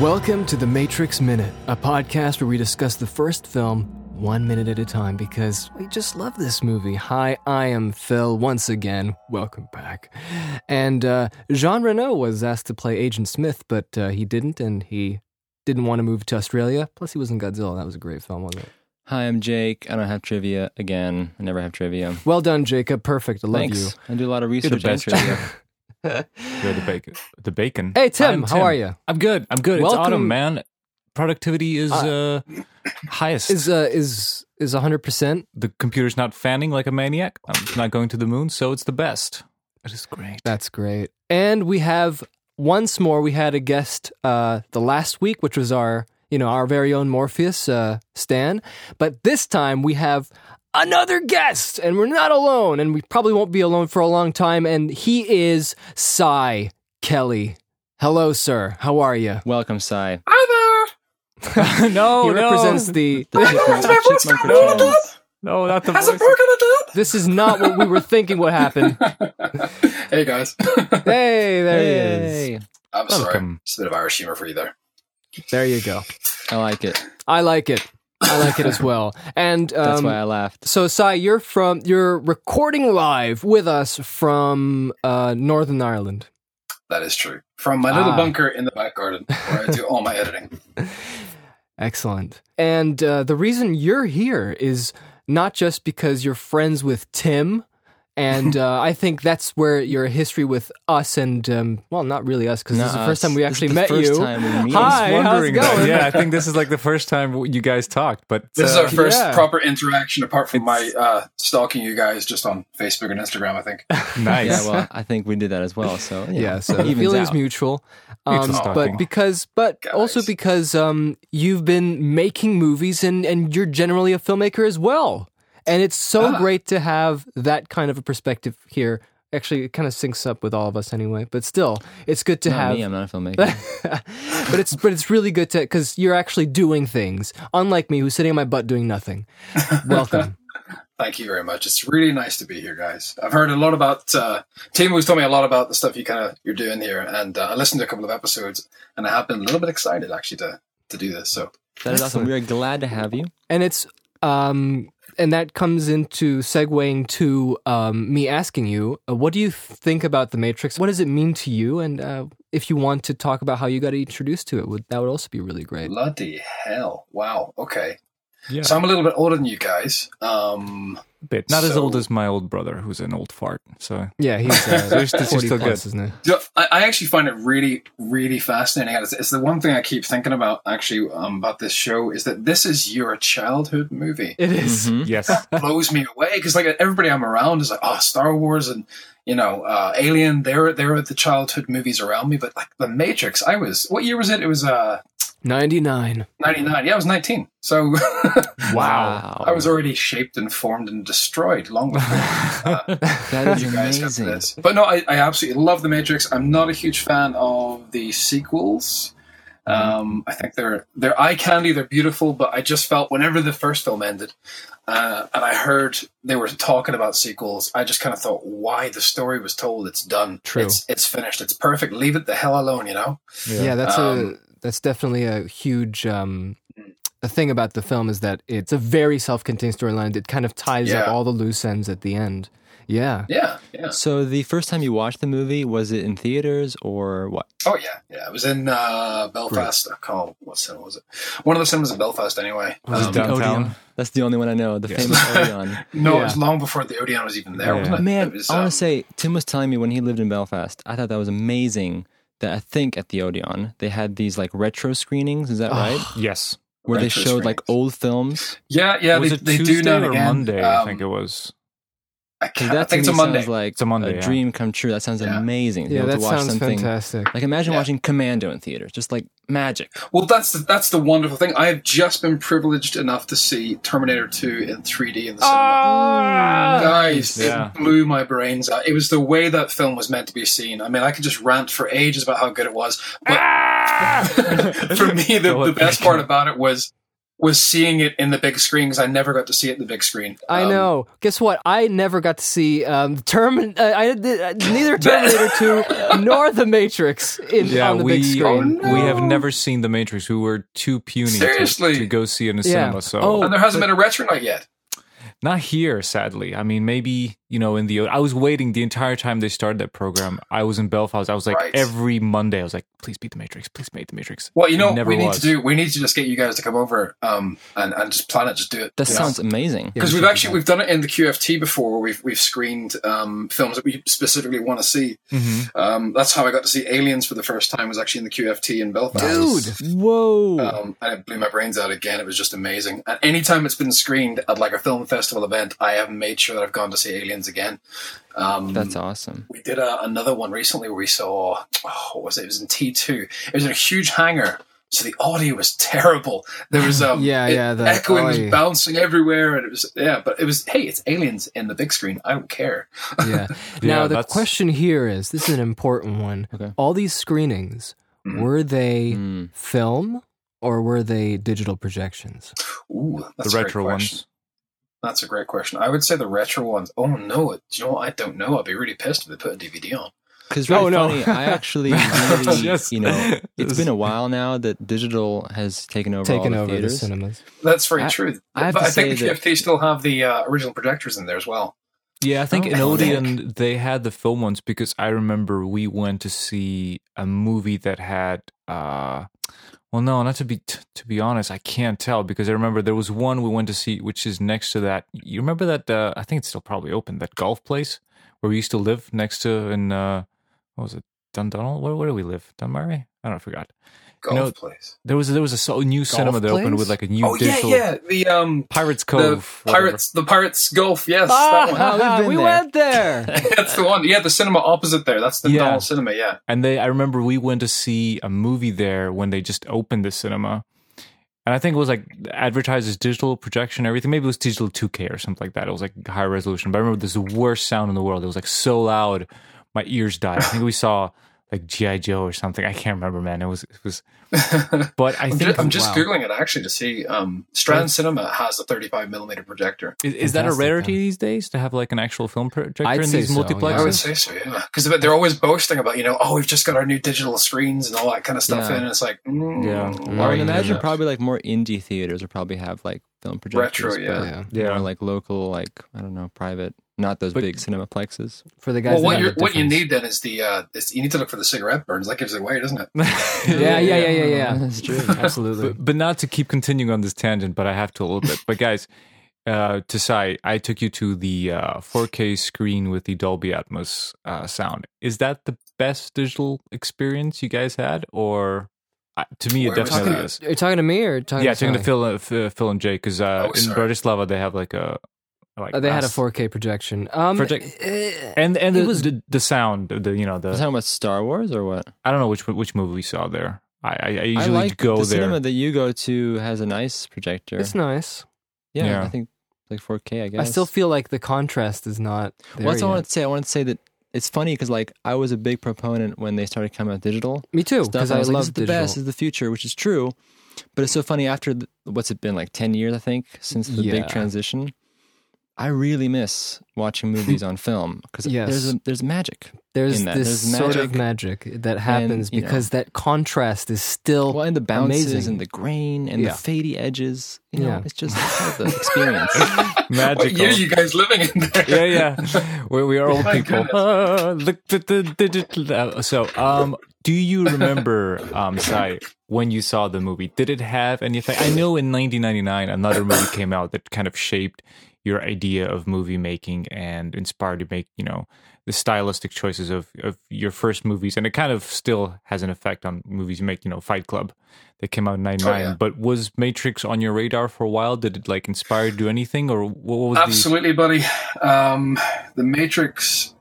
Welcome to The Matrix Minute, a podcast where we discuss the first film one minute at a time because we just love this movie. Hi, I am Phil once again. Welcome back. And uh, Jean Renault was asked to play Agent Smith, but uh, he didn't, and he didn't want to move to Australia. Plus, he was in Godzilla. That was a great film, wasn't it? Hi, I'm Jake. I don't have trivia again. I never have trivia. Well done, Jacob. Perfect. I love Thanks. you. I do a lot of You're research the on best. trivia. You're the bacon. The bacon. Hey, Tim, I'm how are you? I'm good. I'm good. Welcome- It's autumn, man. Productivity is uh, highest. Is uh, is is hundred percent? the computer's not fanning like a maniac. I'm not going to the moon, so it's the best. It is great. That's great. And we have once more. We had a guest uh, the last week, which was our you know our very own Morpheus uh, Stan. But this time we have another guest, and we're not alone, and we probably won't be alone for a long time. And he is Cy Kelly. Hello, sir. How are you? Welcome, Sai. Hi no, Oh, he represents the. The chipmunk- That's my voice chipmunk coming in returns. no, not the there. Has it voice. broken again? This is not what we were thinking. What happened? Hey guys. Hey, there he Hey. I'm sorry. Welcome. It's a bit of Irish humor for you there. is. There you go. I like it. I like it. I like it as well. And um, That's why I laughed. So, Sai, you're from you're recording live with us from uh, Northern Ireland. That is true. From my little Ah. bunker in the back garden where I do all my editing. Excellent. And uh, the reason you're here is not just because you're friends with Tim, and uh, I think that's where your history with us and um, well, not really us because this is the Nuh-uh. first time we This is actually the met first you. time we meet. Hi, I was how's it wondering that. going? Yeah, I think this is like the first time you guys talked, but This is uh, our first yeah. proper interaction apart from my It's- uh, stalking you guys just on Facebook and Instagram, I think. nice. Yeah, well, I think we did that as well. So yeah, yeah so Evens feelings out. mutual um, Mutual but stalking. because but also Guys. because um, you've been making movies and and you're generally a filmmaker as well and it's so Ah. great to have that kind of a perspective here actually it kind of syncs up with all of us anyway but still it's good to Not have me. I'm not a filmmaker. but it's but it's really good to because you're actually doing things unlike me who's sitting on my butt doing nothing welcome Thank you very much. It's really nice to be here, guys. I've heard a lot about uh, Tim was telling me a lot about the stuff you kind of you're doing here, and uh, I listened to a couple of episodes, and I have been a little bit excited actually to to do this. So That is awesome. We are glad to have you. and it's um and that comes into segueing to um, me asking you uh, what do you think about the matrix what does it mean to you and uh, if you want to talk about how you got introduced to it would that would also be really great bloody hell! Wow. Okay. Yeah. So I'm a little bit older than you guys. Um, bit. Not as So- old as my old brother, who's an old fart. So yeah he's uh, So it's- it's 40 still plus, good. isn't it do- I, I actually find it really, really fascinating. And It's, it's the one thing I keep thinking about actually um, about this show is that this is your childhood movie. it is. Mhm. Hmm? yes, blows me away because like everybody I'm around is like, oh, Star Wars and you know uh, Alien. They're they're the childhood movies around me, but like The Matrix, I was what year was it? It was uh Mm-hmm. 99 ninety nine. Yeah, I was nineteen. So I was already shaped and formed and destroyed long before. uh, That is you guys got to amazing. this. But no, I, I absolutely love The Matrix. I'm not a huge fan of the sequels. Um, I think they're they're eye candy, they're beautiful, but I just felt whenever the first film ended, uh, and I heard they were talking about sequels, I just kind of thought, why the story was told, it's done, True. it's it's finished, it's perfect. Leave it the hell alone, you know. yeah, that's Um, a that's definitely a huge um the thing about the film is that it's a very self-contained storyline that kind of ties up Yeah. all the loose ends at the end yeah Yeah, yeah. So the first time you watched the movie was it in theaters or what? Oh yeah, yeah. It was in uh, Belfast. I call what cinema was it? One of the cinemas in Belfast, anyway. was Um, down- Downtown. Odeon. That's the only one I know. The Yes. famous Odeon. no, it was Yeah. long before the Odeon was even there. Yeah. Wasn't it? Man, It was, I want um, to say Tim was telling me when he lived in Belfast. I thought that was amazing. That I think at the Odeon they had these like retro screenings. Is that right? yes. Where they retro showed like screenings. old films. Yeah, yeah, was they, it they Tuesday do now and or again. Monday? I Um, think it was. I, 'Cause can't, I That to think it's a me Monday. sounds like It's a Monday, yeah. dream come true. That sounds Yeah. amazing. to be yeah able that to watch sounds something. fantastic Like imagine Yeah. Oh, watching Commando in theaters, just like magic. well, that's the, that's the wonderful thing. I have just been privileged enough to see Terminator 2 in 3D in the Ah! cinema. Mm, Guys, Yeah. it blew my brains out. It was the way that film was meant to be seen. I mean, I could just rant for ages about how good it was, but for me, the, Go the ahead. best part about it was was seeing it in the big screen because I never got to see it in the big screen. I Um, know. Guess what? I never got to see um, Termin- uh, I, uh, neither Terminator 2 nor The Matrix in, Yeah, on the we um, big screen. Oh, no. we have never seen The Matrix. We were too puny to- Seriously? To, go see it in a Yeah. cinema. So Oh. And there hasn't been a retro night yet. not here, sadly. I mean, maybe you know, in the I was waiting the entire time they started that program. I was in Belfast. I was like Right. every Monday. I was like, please beat The Matrix. Please beat The Matrix. Well, you know It what never we need was. to do? We need to just get you guys to come over um, and, and just plan it, just do it. That sounds amazing. Yeah. because we we've should do actually we've done it in the QFT before where we've we've screened um, films that we specifically want to see. Mhm. Um, that's how I got to see Aliens for the first time was actually in the QFT in Belfast. Dude. Whoa. Um, and it blew my brains out again. It was just amazing. And anytime it's been screened at like a film festival event, I have made sure that I've gone to see Aliens again. Um, That's awesome. we did a, another one recently where we saw oh, what was it? It was in T two. It was in a huge hangar, so the audio was terrible. There was um, Yeah, it- yeah, the- echoing oh, yeah. was bouncing everywhere, and it was yeah. But it was hey, it's aliens in the big screen. I don't care. Yeah. Now, Yeah, the that's- question here is this is an important one. Okay. All these screenings, Mhm. were they Mm. film or were they digital projections? Ooh, that's the a great retro question. ones. That's a great question. I would say the retro ones. Oh no, it, you know what? I don't know. I'd be really pissed if they put a DVD on. Because Oh, really no. funny, I actually really, Yes. you know, it's been a while now that digital has taken over Taken all the over the theaters. cinemas. That's very I- true. I have but to I think say the that- QFT still have the uh, original projectors in there as well. Yeah, I think Oh, in I Odeon they had the film ones because I remember we went to see a movie that had. uh Well, no, not to be t- to be honest, I can't tell because I remember there was one we went to see which is next to that. You remember that? Uh, I think it's still probably open. That golf place where we used to live next to in uh, what was it? Dundonald? Where where do we live? Dunmurray? I don't know. I forgot. Golf know, place. There was there was a so- new cinema that opened place? with like a new Oh yeah, digital yeah. The um, Pirates the Cove. whatever. pirates, the pirates golf. Yes, that one. Ah, We've been we there. went there. That's the one. Yeah, the cinema opposite there. That's the Yeah. Donald Cinema. Yeah. And they, I remember we went to see a movie there when they just opened the cinema. And I think it was like advertises digital projection, everything. Maybe it was digital 2K or something like that. It was like high resolution. But I remember this was the worst sound in the world. It was like so loud, my ears died. I think we saw like G.I. Joe or something. I can't remember, man. It was, it was, but I I'm think, just, I'm just wow. googling it actually to see. Um, Strand Cinema has a 35 millimeter projector. is, is that a Fantastic, rarity yeah. these days to have like an actual film projector I'd in say these so, yeah. I would multiplexes? say so, yeah. Because they're always boasting about, you know, oh, we've just got our new digital screens and all that kind of stuff Yeah. in. And it's like, mm, Yeah. I why are would you imagine doing that? probably like more indie theaters would probably have like film projectors. Retro, yeah. but Yeah. Yeah. More like local, like, I don't know, private, not those But- big cinemaplexes. For the guys Well, what, that you're, have the what you difference. need then is the, uh, is you need to look for the cigarette burns. That gives it away, doesn't it? Yeah, yeah, yeah, yeah, yeah. That's true. Absolutely. but, but not to keep continuing on this tangent, but I have to a little bit. But guys, uh, to say, I took you to the uh, 4K screen with the Dolby Atmos uh, sound. Is that the best digital experience you guys had, or uh, to me, it Where was definitely that? is. Are you talking to me or talking Yeah, to taking to Sony? Phil, uh, Phil Phil and Jake because uh, Oh, in sorry. Bratislava they have like a like Uh, they had a us- 4K projection. Um, Project- eh, and and It the, was- the the sound the you know Are you the talking about Star Wars or what? I don't know which which movie we saw there. I I, I usually I like go the there. cinema that you go to has a nice projector. it's nice. yeah, Yeah. I think like 4K. I guess. I still feel like the contrast is not there Well, that's what yet. I wanted to say. I wanted to say that it's funny because like I was a big proponent when they started coming out digital Me too, stuff. because and I, was like, this love is the digital. best, this is the future, which is true. But it's so funny after the, what's it been like ten years, I think, since the Yeah. big transition. I really miss watching movies on film because Yes. there's a, there's magic. There's in that. this There's sort of magic that happens you know. because that contrast is still Well, and the bounces amazing. and the grain and Yeah. the fady edges. You know, Yeah. it's just part of the experience. Magical. Oh, What year are you guys living in there? yeah, yeah. We, we are old Oh My people. Uh, look at the digital. uh, So, um, do you remember, um, Sai, when you saw the movie? Did it have any effect? I know in 1999, another movie came out that kind of shaped your idea of movie making and inspired you to make, you know, the stylistic choices of, of your first movies. And it kind of still has an effect on movies you make, you know, Fight Club that came out in 99. Oh, yeah. But was Matrix on your radar for a while? Did it like inspire you to do anything or what was the. Absolutely, buddy. Um, the Matrix.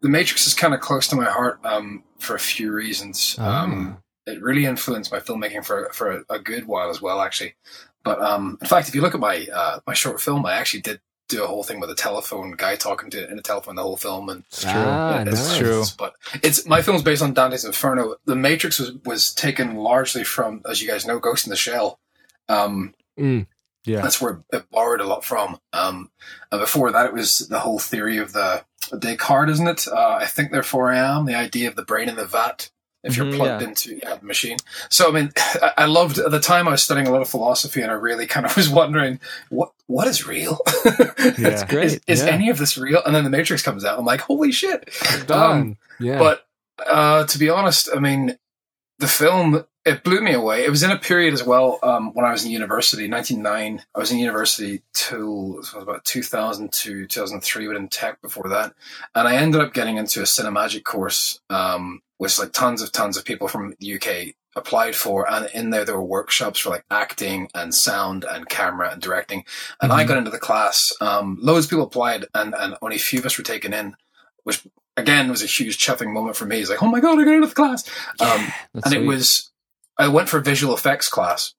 The Matrix is kind of close to my heart um, for a few reasons. Um, it really influenced my filmmaking for for a, a good while as well, actually. But um, in fact, if you look at my uh, my short film, I actually did do a whole thing with a telephone guy talking to in a telephone the whole film, and It's Ah, yeah, nice. it's true. But it's my film's based on Dante's Inferno. The Matrix was, was taken largely from, as you guys know, Ghost in the Shell. Um, Mm. Yeah. That's where it borrowed a lot from. Um, and before that, it was the whole theory of the Descartes, isn't it? Uh, I think, therefore, I am. The idea of the brain in the vat. If you're Mhm, plugged yeah. into yeah, the machine, so I mean, I, I loved at the time I was studying a lot of philosophy, and I really kind of was wondering what what is real. Yeah. Great. Is, is yeah. any of this real? And then the Matrix comes out. I'm like, holy shit! Done. Um, yeah. But uh, to be honest, I mean, the film it blew me away. It was in a period as well um, when I was in university, 1999. I was in university till so it was about 2000 to 2003, but in tech before that, and I ended up getting into a cinemagic course, um, which like tons of tons of people from the UK applied for, and in there there were workshops for like acting and sound and camera and directing, and I got into the class. Um, loads of people applied, and and only a few of us were taken in, which again was a huge chuffing moment for me. It's like, oh my god, I got into the class. Um, That's and it sweet. was I went for visual effects class.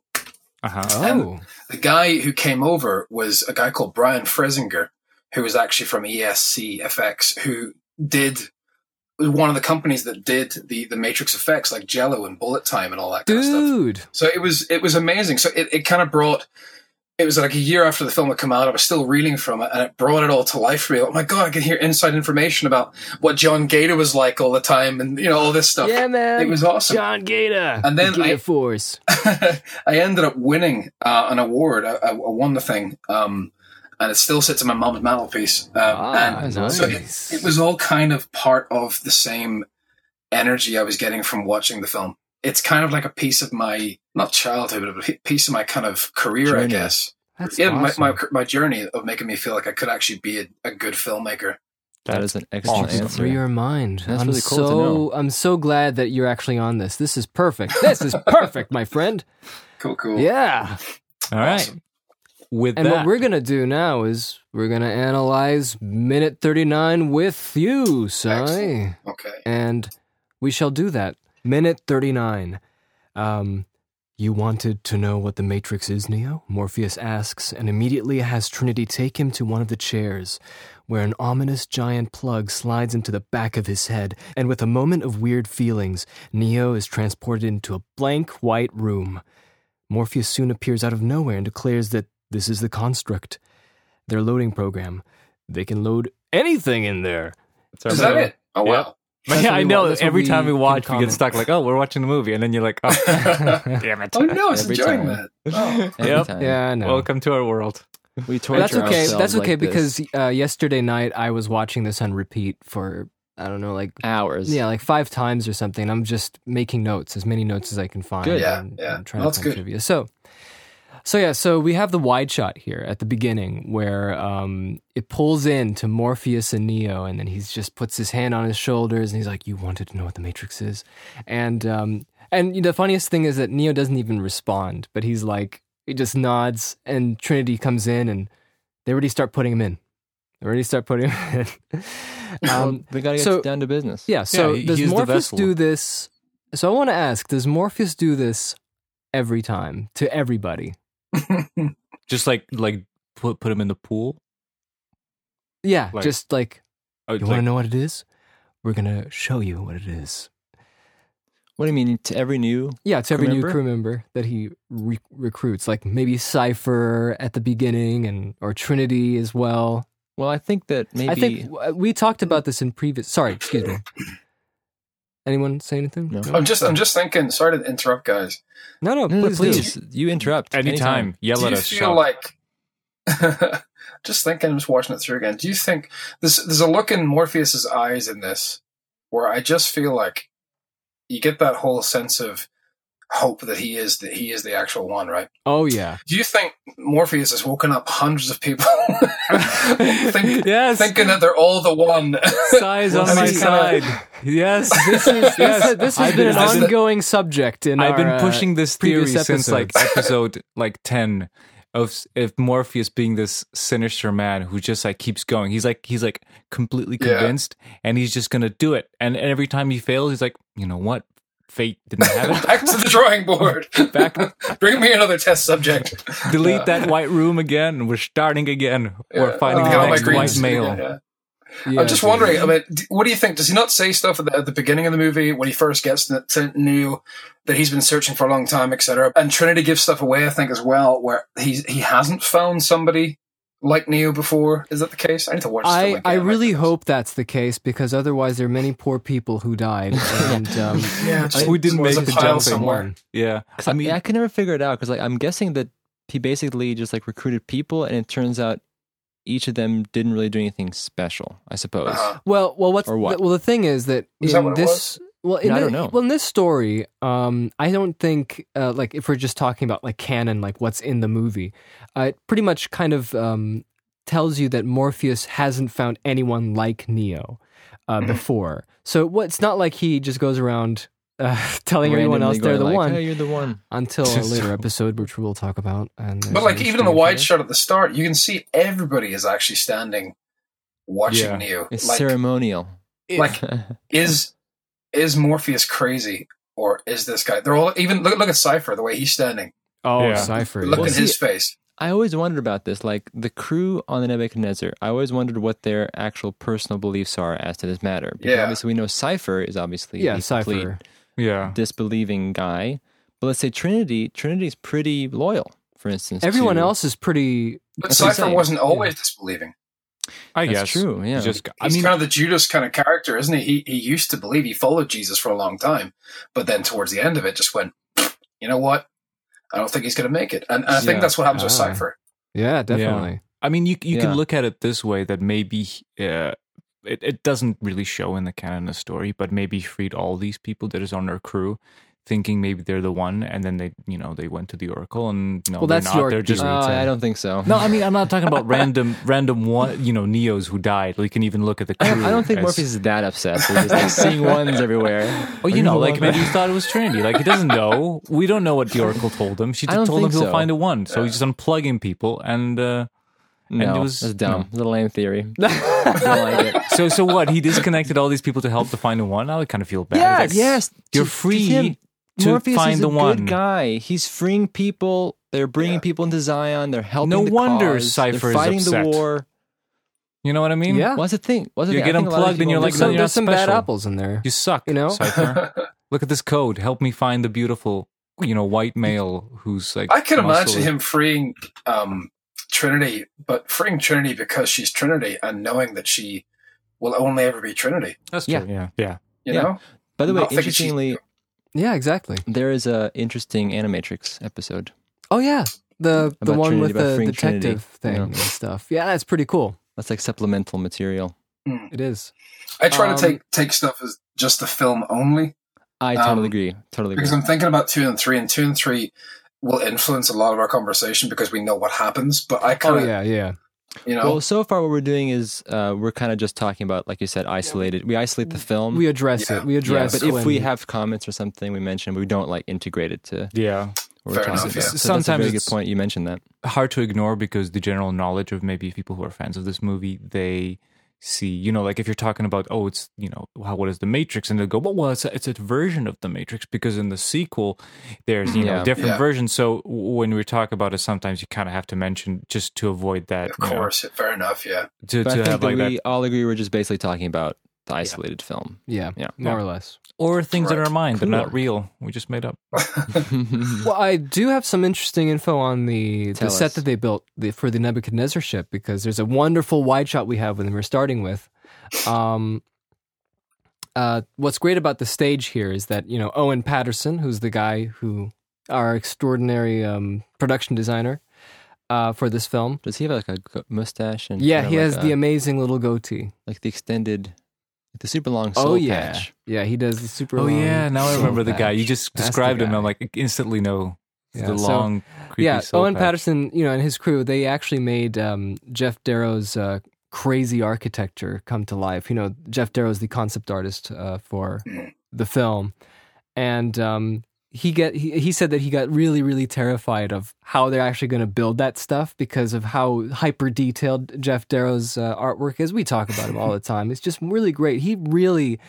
Uh-huh. oh. The guy who came over was a guy called Brian Fresinger, who was actually from E ESC FX, who did one of the companies that did the the Matrix effects, like Jello and Bullet Time and all that kind of stuff. Dude. So it was it was amazing. So it, it kind of brought it was like a year after the film had come out, I was still reeling from it and it brought it all to life for me. Oh my god, I can hear inside information about what John Gator was like all the time and you know, all this stuff. Yeah, man. It was awesome. John Gator. And then The Gator I- Force. I ended up winning uh, an award. I, I I won the thing, um, and it still sits in my mum's mantelpiece. Um, Ah, and nice. so it, it was all kind of part of the same energy I was getting from watching the film. It's kind of like a piece of my not childhood, but a p- piece of my kind of career, I Journey. guess. That's yeah, awesome. my, my my journey of making me feel like I could actually be a, a good filmmaker. that is an excellent awesome. answer. through your mind. That's I'm really cool to so know. I'm so glad that you're actually on this. This is perfect. This is perfect, my friend. Cool, cool. Yeah. All right. Awesome. With And that, what we're gonna do now is we're gonna analyze minute 39 with you, Sai, Excellent. Okay. and we shall do that. Minute 39. Um, you wanted to know what the Matrix is, Neo? Morpheus asks, and immediately has Trinity take him to one of the chairs, where an ominous giant plug slides into the back of his head, and with a moment of weird feelings, Neo is transported into a blank white room. Morpheus soon appears out of nowhere and declares that this is the construct, their loading program. They can load anything in there. Sorry, Is but- that it? Oh Yeah. wow. That's yeah, what I we know. want. That's what Every we time we can watch, we comment. get stuck like, oh, we're watching the movie. And then you're like, oh, damn it. Oh no, it's Every enjoying time. that. Oh. Every Yep. time. Yeah, I know. Welcome to our world. We torture That's okay. ourselves That's like okay this. because uh, yesterday night I was watching this on repeat for I don't know, like hours. yeah, like five times or something. I'm just making notes, as many notes as I can find. Good. Yeah, and, yeah. and trying Well, that's to find good. trivia. So, so yeah, so we have the wide shot here at the beginning where um, it pulls in to Morpheus and Neo, and then he's just puts his hand on his shoulders and he's like, "You wanted to know what the Matrix is," and um, and you know, the funniest thing is that Neo doesn't even respond, but he's like, he just nods, and Trinity comes in, and they already start putting him in. They already start putting him in. Well, Um, we gotta get so- down to business. yeah. So he- does he's the Morpheus vessel. do this? So I want to ask: Does Morpheus do this every time to everybody? Just like like put put him in the pool. Yeah, Like- just like Oh, you like- want to know what it is? We're gonna show you what it is. What do you mean to every new? Yeah, to every new Remember? crew member that he re- recruits, like maybe Cipher at the beginning, and or Trinity as well. Well, I think that maybe I think w- we talked about this in previous. Sorry, excuse me. Anyone say anything? No. Oh. I'm just uh, I'm just thinking, sorry to interrupt guys. no, no, No, no, please, do. please, you interrupt anytime, yell do at you us. feel shout. like just thinking I'm just watching it through again do you think there's, there's a look in morpheus's eyes in this where i just feel like you get that whole sense of hope that he is that he is the actual one right Oh yeah. do you think morpheus has woken up hundreds of people think, yes. thinking that they're all the one size on Well, my see, side. Yes, this is yes. this, this has I've been been- an I've been- ongoing subject in I've our, been uh, pushing this theory previous since like episodes. episode like ten of s- if Morpheus being this sinister man who just like keeps going. He's like he's like completely Yeah. convinced, and he's just gonna do it. And every time he fails, he's like, you know what, fate didn't have back to the drawing board Back- bring me another test subject it. Delete that white room again, and we're starting again. We're finding I the got all Uh, my next greens. white male. Yeah. Yeah, I'm just wondering. I mean, d- what do you think? Does he not say stuff at the, at the beginning of the movie when he first gets to, to new that he's been searching for a long time, etc.? And Trinity gives stuff away, I think, as well, where he he hasn't found somebody like Neo before. Is that the case? I need to watch. this film I, again. I really hope that's the case because otherwise there are many poor people who died and um, Yeah, just- Who didn't there's make the a pile jump in somewhere. one. Yeah. I mean, I could never figure it out because, like, I'm guessing that he basically just like recruited people, and it turns out each of them didn't really do anything special. I suppose. Uh-huh. Well, well, what's Or what? well the thing is that Is that in what it this well in Yeah, I thi- don't know. well in this story, um, I don't think uh, like if we're just talking about like canon, like what's in the movie, uh, it pretty much kind of um, tells you that Morpheus hasn't found anyone like Neo uh, Mhm. before. So what, it's not like he just goes around uh, telling everyone Randomly else they're going the like, one "Hey, you're the one. until a later episode, which we'll talk about. And But there's like an even in the interesting wide trailer. shot at the start, you can see everybody is actually standing watching Yeah. Neo. It's like, ceremonial. like is is Morpheus crazy or is this guy? They're all even look look at Cipher the way he's standing. Oh, Yeah. Cypher. Look yeah. at his face. I always wondered about this, like the crew on the Nebuchadnezzar. I always wondered what their actual personal beliefs are as to this matter. Because Yeah. obviously we know Cipher is obviously Yeah, a complete Cypher. Yeah. disbelieving guy. But let's say Trinity. Trinity's pretty loyal, for instance. Everyone to- else is pretty. But That's what I'm Cipher saying. wasn't always disbelieving. I That's guess. true. Yeah. He's Just, I He's mean, kind of the Judas kind of character, isn't he? He he used to believe he followed Jesus for a long time, but then towards the end of it, just went, you know what? I don't think he's going to make it, and, and I think Yeah. that's what happens with Ah. Cipher. Yeah, definitely. I mean, you you Yeah. can look at it this way that maybe uh, it it doesn't really show in the canon of story, but maybe he freed all these people that is on her crew, thinking maybe they're the one, and then they you know they went to the oracle and no, Well, they're that's not. your they're just Uh, I don't think so. no. I mean, I'm not talking about random random one you know neos who died. We can even look at the I crew. don't, I don't think as- Morpheus is that upset. He's just like seeing ones everywhere. Oh, you know, like maybe he thought it was Trinity. Like he doesn't know. We don't know what the oracle told him. She I don't just told him think so. he'll Uh, find a one. So he's just unplugging people and. uh no, and it was- that's dumb. It's a lame theory. I don't like it. So so what? He disconnected all these people to help to find the one. Now I kind of feel bad. Like, yes. You're To- to free him, to Morpheus find is a the good one. guy. He's freeing people. They're bringing people into Zion. They're helping. No the wonder cause. Cypher They're is fighting upset. the war. You know what I mean? Yeah. What's the thing? What's the You thing? I get think a lot of unplugged and people you're like, There's don't no, some, you're there's some bad special. apples in there. You suck. You know? Cypher. Look at this code. Help me find the beautiful, you know, white male who's like. I can imagine muscly. him freeing um, Trinity, but freeing Trinity because she's Trinity and knowing that she will only ever be Trinity. That's Yeah. true. Yeah. Yeah. You Yeah. know, By the way, Not thinking she's- interestingly, Yeah, exactly. there is a interesting Animatrix episode. Oh yeah, the the About one Trinity, with about the freeing detective Trinity. thing Yeah. and stuff. Yeah, that's pretty cool. That's like supplemental material. It is. I try Um, to take take stuff as just the film only I totally Um, agree. Totally agree. because I'm thinking about two and three, and two and three will influence a lot of our conversation because we know what happens. But I kind Oh of, yeah, yeah. you know, Well, so far what we're doing is uh, we're kind of just talking about, like you said, isolated. We isolate the film. Mm. We address Yeah. it. We yeah, address. but if when- we have comments or something we mention, we don't like integrate it to Yeah. what Fair we're talking enough, about. yeah. So that's a Sometimes very good it's- point. You mentioned that. Hard to ignore because the general knowledge of maybe people who are fans of this movie, they see, you know, like if you're talking about, oh, it's, you know, how, what is The Matrix? And they'll go, well, well it's, a, it's a version of The Matrix because in the sequel, there's, you Yeah. know, different Yeah. versions. So when we talk about it, sometimes you kind of have to mention just to avoid that. of you know, course, fair enough, yeah. to, But I to think have that like that we all agree we're just basically talking about the isolated film. yeah, Yeah. more or less. or things in Correct. our mind they're Cool. not real we just made up Well, I do have some interesting info on the Tell the set us. that they built the, for the Nebuchadnezzar ship because there's a wonderful wide shot we have when we're starting with. Um, uh, what's great about the stage here is that you know Owen Patterson, who's the guy who our extraordinary um, production designer uh, for this film. Does he have like a go- mustache and Yeah, kinda he like has a- the amazing little goatee. like the extended, the super long soul oh yeah, patch. yeah, he does the super. oh long yeah now i soul remember the guy patch. you just That's the described him guy. i'm like I instantly know Yeah, the so- long creepy yeah, soul Owen patch. Patterson, you know, and his crew, they actually made um, Jeff Darrow's uh, crazy architecture come to life. You know, Jeff Darrow's the concept artist uh, for Mhm. the film, and um, he get he, he said that he got really really terrified of how they're actually going to build that stuff because of how hyper detailed Jeff Darrow's uh, artwork is. We talk about him all the time. It's just really great. He really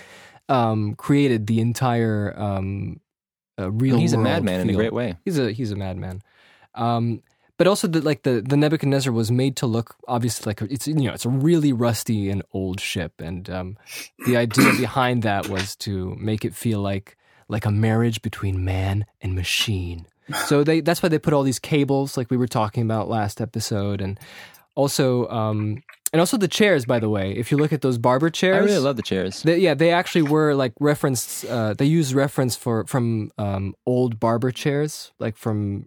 um, created the entire um, uh, And real. he's a world madman in a feel. great way. He's a he's a madman. Um, but also the, like the, the Nebuchadnezzar was made to look obviously like it's you know it's a really rusty and old ship, and um, the idea behind that was to make it feel like like a marriage between man and machine. So they that's why they put all these cables like we were talking about last episode, and also um, and also the chairs. By the way, if you look at those barber I chairs, really love the chairs. they, yeah, they actually were like referenced. Uh, they used reference for from um, old barber chairs, like from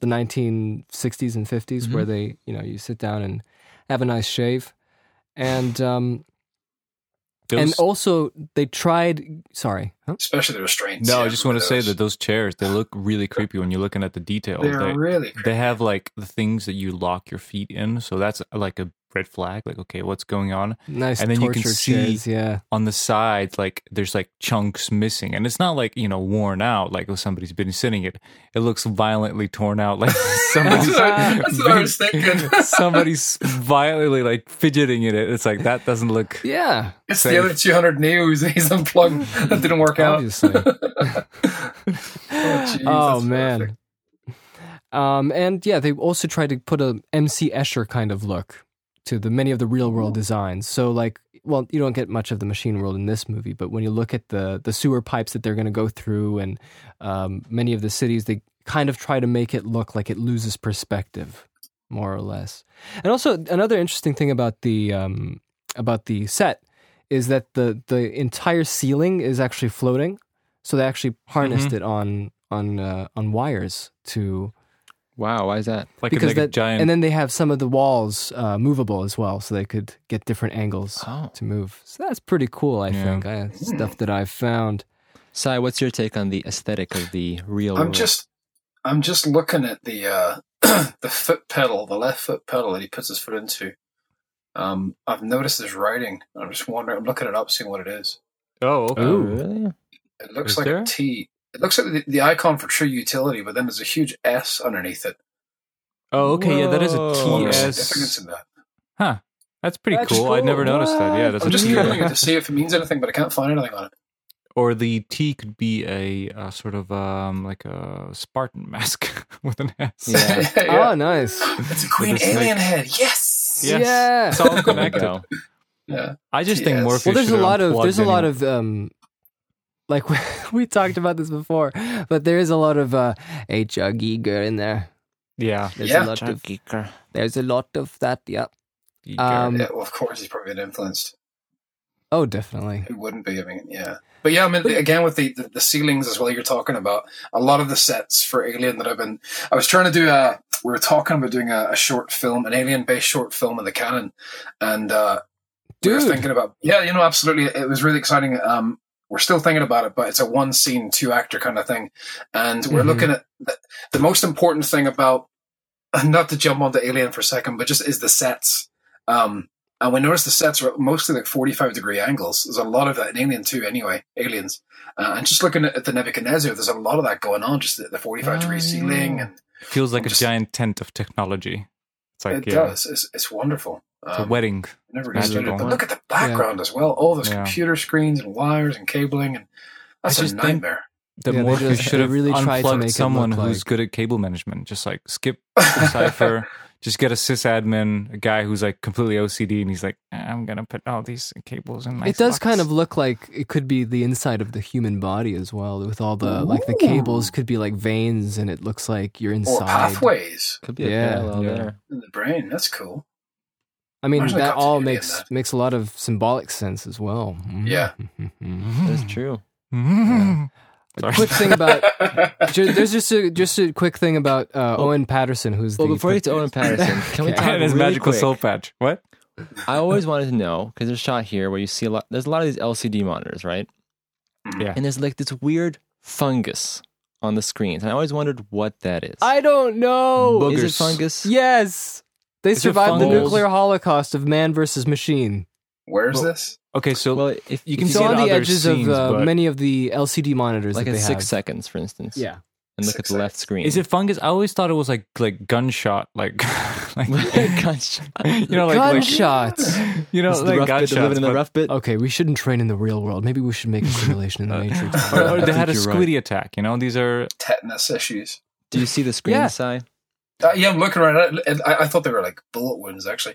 the 1960s and 50s, where Mm-hmm. they you know you sit down and have a nice shave, and um, Those, and also they tried. Sorry, huh? especially the restraints. no, yeah, I just want to say those. that those chairs they look really creepy when you're looking at the details. they're They, really they have like the things that you lock your feet in, so that's like a red flag. Like, okay, what's going on? nice And then you torture can see- chairs. Yeah, on the sides, like there's like chunks missing, and it's not like you know worn out, like oh somebody's been sitting it. It looks violently torn out, like That's somebody's what I, that's what I was thinking. somebody's violently like fidgeting in it. It's like that doesn't look. yeah, it's the other 200 news he's unplugged that didn't work out. obviously. Oh, geez, oh that's man. perfect. Um, and yeah, they also tried to put a MC Escher kind of look to the many of the real world designs. So like, well, you don't get much of the machine world in this movie, but when you look at the the sewer pipes that they're going to go through and um, many of the cities, they kind of try to make it look like it loses perspective, more or less. And also another interesting thing about the um, about the set is that the the entire ceiling is actually floating, so they actually harnessed Mm-hmm. it on on uh, on wires to Wow, why is that? Like because a, like a that giant. and then they have some of the walls uh, movable as well, so they could get different angles Oh. to move. So that's pretty cool. I Ah. Yeah. think I, stuff that I've found. Sai, what's your take on the aesthetic of the real I'm world? just, I'm just looking at the uh, the foot pedal, the left foot pedal that he puts his foot into. Um, I've noticed this writing. I'm just wondering. I'm looking it up, seeing what it is. oh, Oh, okay. really? It looks Is like there? a T. It looks like the, the icon for True Utility, but then there's a huge S underneath it. oh, okay, yeah, that is a I wonder Whoa. if there's TS. significance in that. Huh, that's pretty That's cool. I'd never cool. noticed that. Yeah, What? that's I'm a just T. googling it to see if it means anything, but I can't find anything on it. Or the T could be a, uh sort of um like a Spartan mask with an S. Yeah. Yeah. Oh, nice. it's a Queen With a snake. Alien head. Yes. Yes. Yeah. It's all There we connected. go. Yeah. I just think Yes. Morpheus. well there's a should've lot of unplugged there's a anyone. lot of um like we, we talked about this before but there is a lot of uh a chuggy girl in there yeah. there's Yeah. a lot of there's a lot of that yeah Um, yeah. Well, of course, he's probably been influenced. oh definitely Who wouldn't be? I mean, yeah. But yeah, I mean, the- again with the, the the ceilings as well. You're talking about a lot of the sets for Alien that I've been. I was trying to do a. We were talking about doing a, a short film, an Alien based short film in the canon, and uh, we were Dude. thinking about. Yeah, you know, absolutely. It was really exciting. Um, we're still thinking about it, but it's a one scene, two actor kind of thing, and we're Mhm. looking at the, the most important thing about. Not to jump onto Alien for a second, but just is the sets. Um, and we noticed the sets were mostly like 45 degree angles. There's a lot of that in Alien 2 anyway, Aliens. Uh, and just looking at, at the Nebuchadnezzar, there's a lot of that going on, just the, the 45 Oh, degree yeah. ceiling. And Feels like a I'm just- giant tent of technology. It's like it yeah, does. It's, it's wonderful. it's a Um, wedding. I never really stood it. magical. But look at the background as well. All those Yeah. computer screens and wires and cabling. and That's I a just think- nightmare. The Yeah, they Morpheus just- should they have really tried to unplugged make it someone look who's like- good at cable management. Just like skip the cipher. Just get a sysadmin, a guy who's like completely OCD, and he's like, "Eh, I'm gonna put all these cables in my. it does socks." kind of look like it could be the inside of the human body as well with all the like the cables could be like veins and it looks like you're or inside pathways Could be a Yeah, parallel yeah. there. in the brain. That's cool. i mean Imagine the that all continuity in makes that. makes a lot of symbolic sense as well Mm-hmm. Yeah. That's true. Mm-hmm. Mhm. Sorry. quick thing about That's ju- there's just a just a quick thing about uh, Oh. Owen Patterson, who's Well, the before you get to Owen Patterson, can we Okay. talk and his really magical quick? soul patch. What? I always wanted to know because there's a shot here where you see a lot. There's a lot of these LCD monitors, right? Yeah. And there's like this weird fungus on the screens, and I always wondered what that is. I don't know. is Boogers. it fungus? Yes. They Is it survived the fungus? nuclear holocaust of man versus machine. Where's Well, this? Okay, so Well, if You you can can It's see see it on in the other edges scenes, of uh, but- many of the LCD monitors like that in they six have. seconds, for instance. Yeah. And look Six at the left screen. is it fungus? I always thought it was like like gunshot, like like Gunshot. you know, like Gunshots. Like, you know, It's the like rough bit, the living gunshots. in the but- rough bit. okay, we shouldn't train in the real world. Maybe we should make a simulation in the Matrix. uh, Or, or I they had a think you're right. squiddy attack. You know, these are Tetanus issues. Do you see the screen, Yeah. Si? Uh, yeah, I'm looking right at it. I, I thought they were like bullet wounds, actually.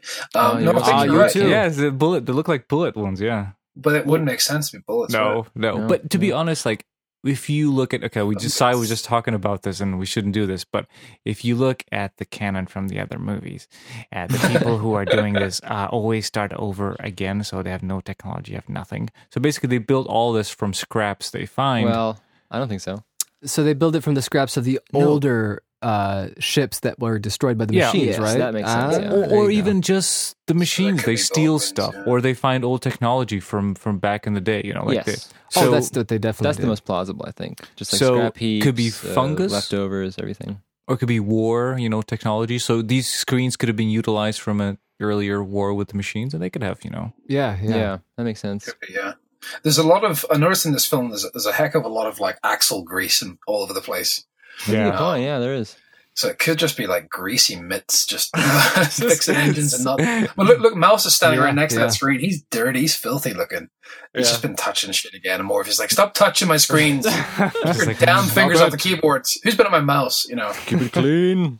Oh, Um, no, you're I think right. you're Ah, you right. too. uh, Yeah, it's the bullet. They look like bullet wounds. Yeah. But it wouldn't make sense to be bullets. would No, it? no, No, But to be no. honest, like if you look at okay, we just Sai was just talking about this, and we shouldn't do this. But if you look at the canon from the other movies, uh, the people who are doing this uh, always start over again, so they have no technology, have nothing. So basically, they built all this from scraps they find. Well, I don't think so. So they build it from the scraps of the No. older uh, ships that were destroyed by the Yeah. machines, Yes, right? that makes sense, Ah. yeah. or, there or you go. even just the machines could they be steal both things, stuff yeah. or they find old technology from from back in the day you know like yes, this oh, that's what they definitely that's did. the most plausible, I think. Just like So, scrap heaps, could be uh, fungus? leftovers, everything. or it could be war, you know, technology. So these screens could have been utilized from an earlier war with the machines, and they could have, you know, yeah, yeah. Yeah, that makes sense. Could be, yeah. There's a lot of. I noticed in this film, there's, there's a heck of a lot of like axle grease and all over the place. Yeah, good point. Yeah, there is. So it could just be like greasy mitts just fixing engines and not. But look, look, Mouse is standing Yeah, right next to yeah. that screen. He's dirty. He's filthy looking. He's just been touching shit again. And more of he's like, stop touching my screens. Just Your like, damn fingers "Stop off the keyboards. Who's been on my mouse? You know, Keep it clean.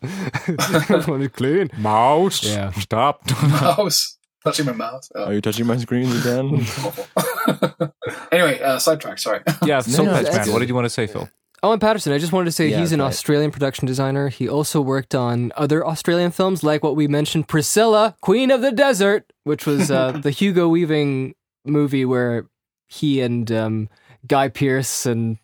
Want it clean. it. mouse. Yeah. Stop. mouse touching my mouse. Oh, you touching my screens again? awful. anyway, uh, sidetrack. Sorry. yeah, Soul no, Patch that's Man. What good. did you want to say, Phil? Owen Patterson, I just wanted to say Yeah, he's an right. Australian production designer. He also worked on other Australian films like what we mentioned Priscilla, Queen of the Desert, which was uh, the Hugo Weaving movie where he and um, Guy Pearce and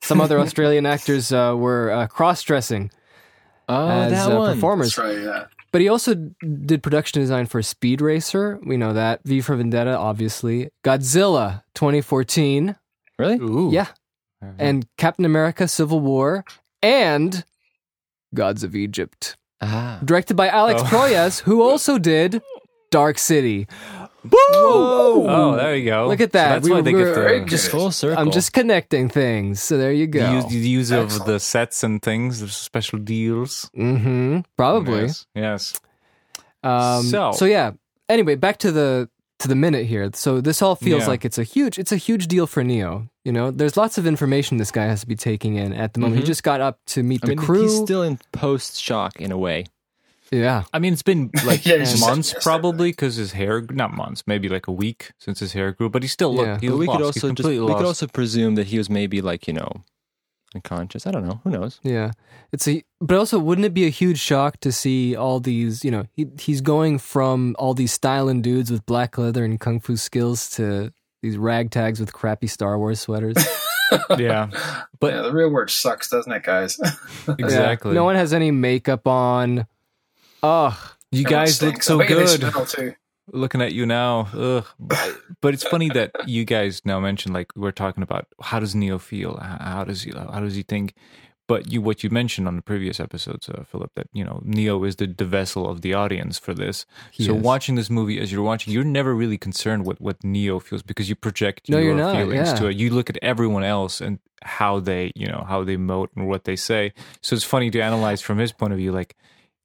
some other Australian actors uh, were uh, cross dressing Oh, as that uh, one. performers. That's right. Yeah. But he also did production design for Speed Racer. We know that. V for Vendetta, obviously. Godzilla 2014 Really? Ooh. Yeah. and Captain America Civil War and Gods of Egypt. Ah. Directed by Alex Oh. Proyas, who also did Dark City. Boom! Oh, there you go. Look at that. So that's We why they were- get Very the, good. Just full circle. I'm just connecting things. So there you the go. use, the use of Excellent. the sets and things, the special deals. mm-hmm. Probably. Yes. yes. Um, so. So- yeah. Anyway, back to the to the minute here. So this all feels Yeah. like it's a huge it's a huge deal for Neo. You know, there's lots of information this guy has to be taking in at the moment. He Mhm. just got up to meet I the mean, crew. he's still in post shock in a way. yeah. I mean, it's been like Yeah, it's just- months yes, probably because his hair, not months, maybe like a week since his hair grew, but he still look. Yeah. He But we lost. could He's also just, completely we lost. could also presume that he was maybe like you know unconscious. I don't know. Who knows? Yeah, it's a. But also, wouldn't it be a huge shock to see all these? You know, he he's going from all these styling dudes with black leather and kung fu skills to these ragtags with crappy Star Wars sweaters. yeah, But uh, yeah, the real word sucks, doesn't it, guys? exactly. Yeah. No one has any makeup on. Ugh. you guys look Stinks. so I bet you they good. smell too. Looking at you now, ugh. But- But it's funny that you guys now mentioned like we're talking about how does Neo feel? How how does he? How does he think? But you, what you mentioned on the previous episodes, uh, Philip, that you know Neo is the, the vessel of the audience for this. He so is. watching this movie as you're watching, you're never really concerned with what Neo feels because you project No, your you're not, feelings yeah. to it. You look at everyone else and how they, you know, how they emote and what they say. So it's funny to analyze from his point of view. Like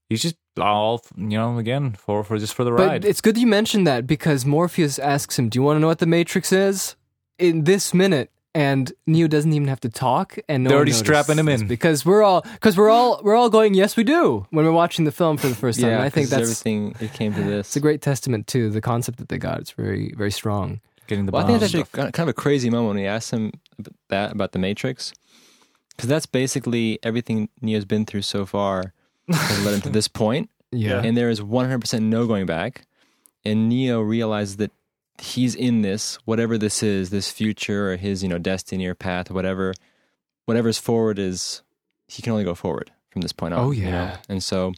he's just all, you know, again for for just for the But ride. it's good you mentioned that because Morpheus asks him, "Do you want to know what the Matrix is?" In this minute, and Neo doesn't even have to talk, and no They're one already notices. strapping him in. because we're all because we're all we're all going, "Yes, we do." When we're watching the film for the first time, and I think 'cause that's everything. It came to this. It's a great testament to the concept that they got. It's very, very strong. getting the Well, I think bomb. that's actually kind of- kind of a crazy moment when he asked him ab- that about the Matrix, because that's basically everything Neo's been through so far that led him to this point, Yeah. and there is 100% no going back. And Neo realizes that he's in this, whatever this is, this future or his, you know, destiny or path, whatever, whatever's forward is, he can only go forward from this point on. Oh, you know? yeah. and so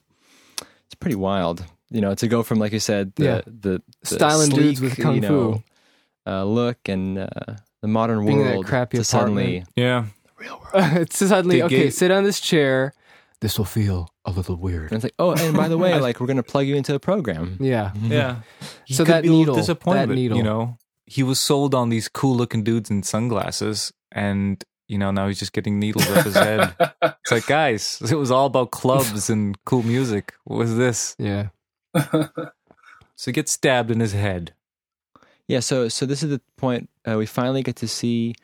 it's pretty wild, you know, to go from like you said, the Yeah. the, the Styling dudes sleek, with kung you know, fu. uh, look and uh, the modern Being in that world crappy to suddenly yeah. it's suddenly They okay. gave- Sit on this chair. This will feel a little weird. and it's like oh and by the way like we're gonna plug you into a program Yeah. Yeah. Mhm. He So could that be a little needle, that disappointed, needle. you know, he was sold on these cool looking dudes in sunglasses and you know, now he's just getting needles up his head. It's like, guys, it was all about clubs and cool music. What was this? Yeah. So he gets stabbed in his head. yeah so so this is the point uh, we finally get to see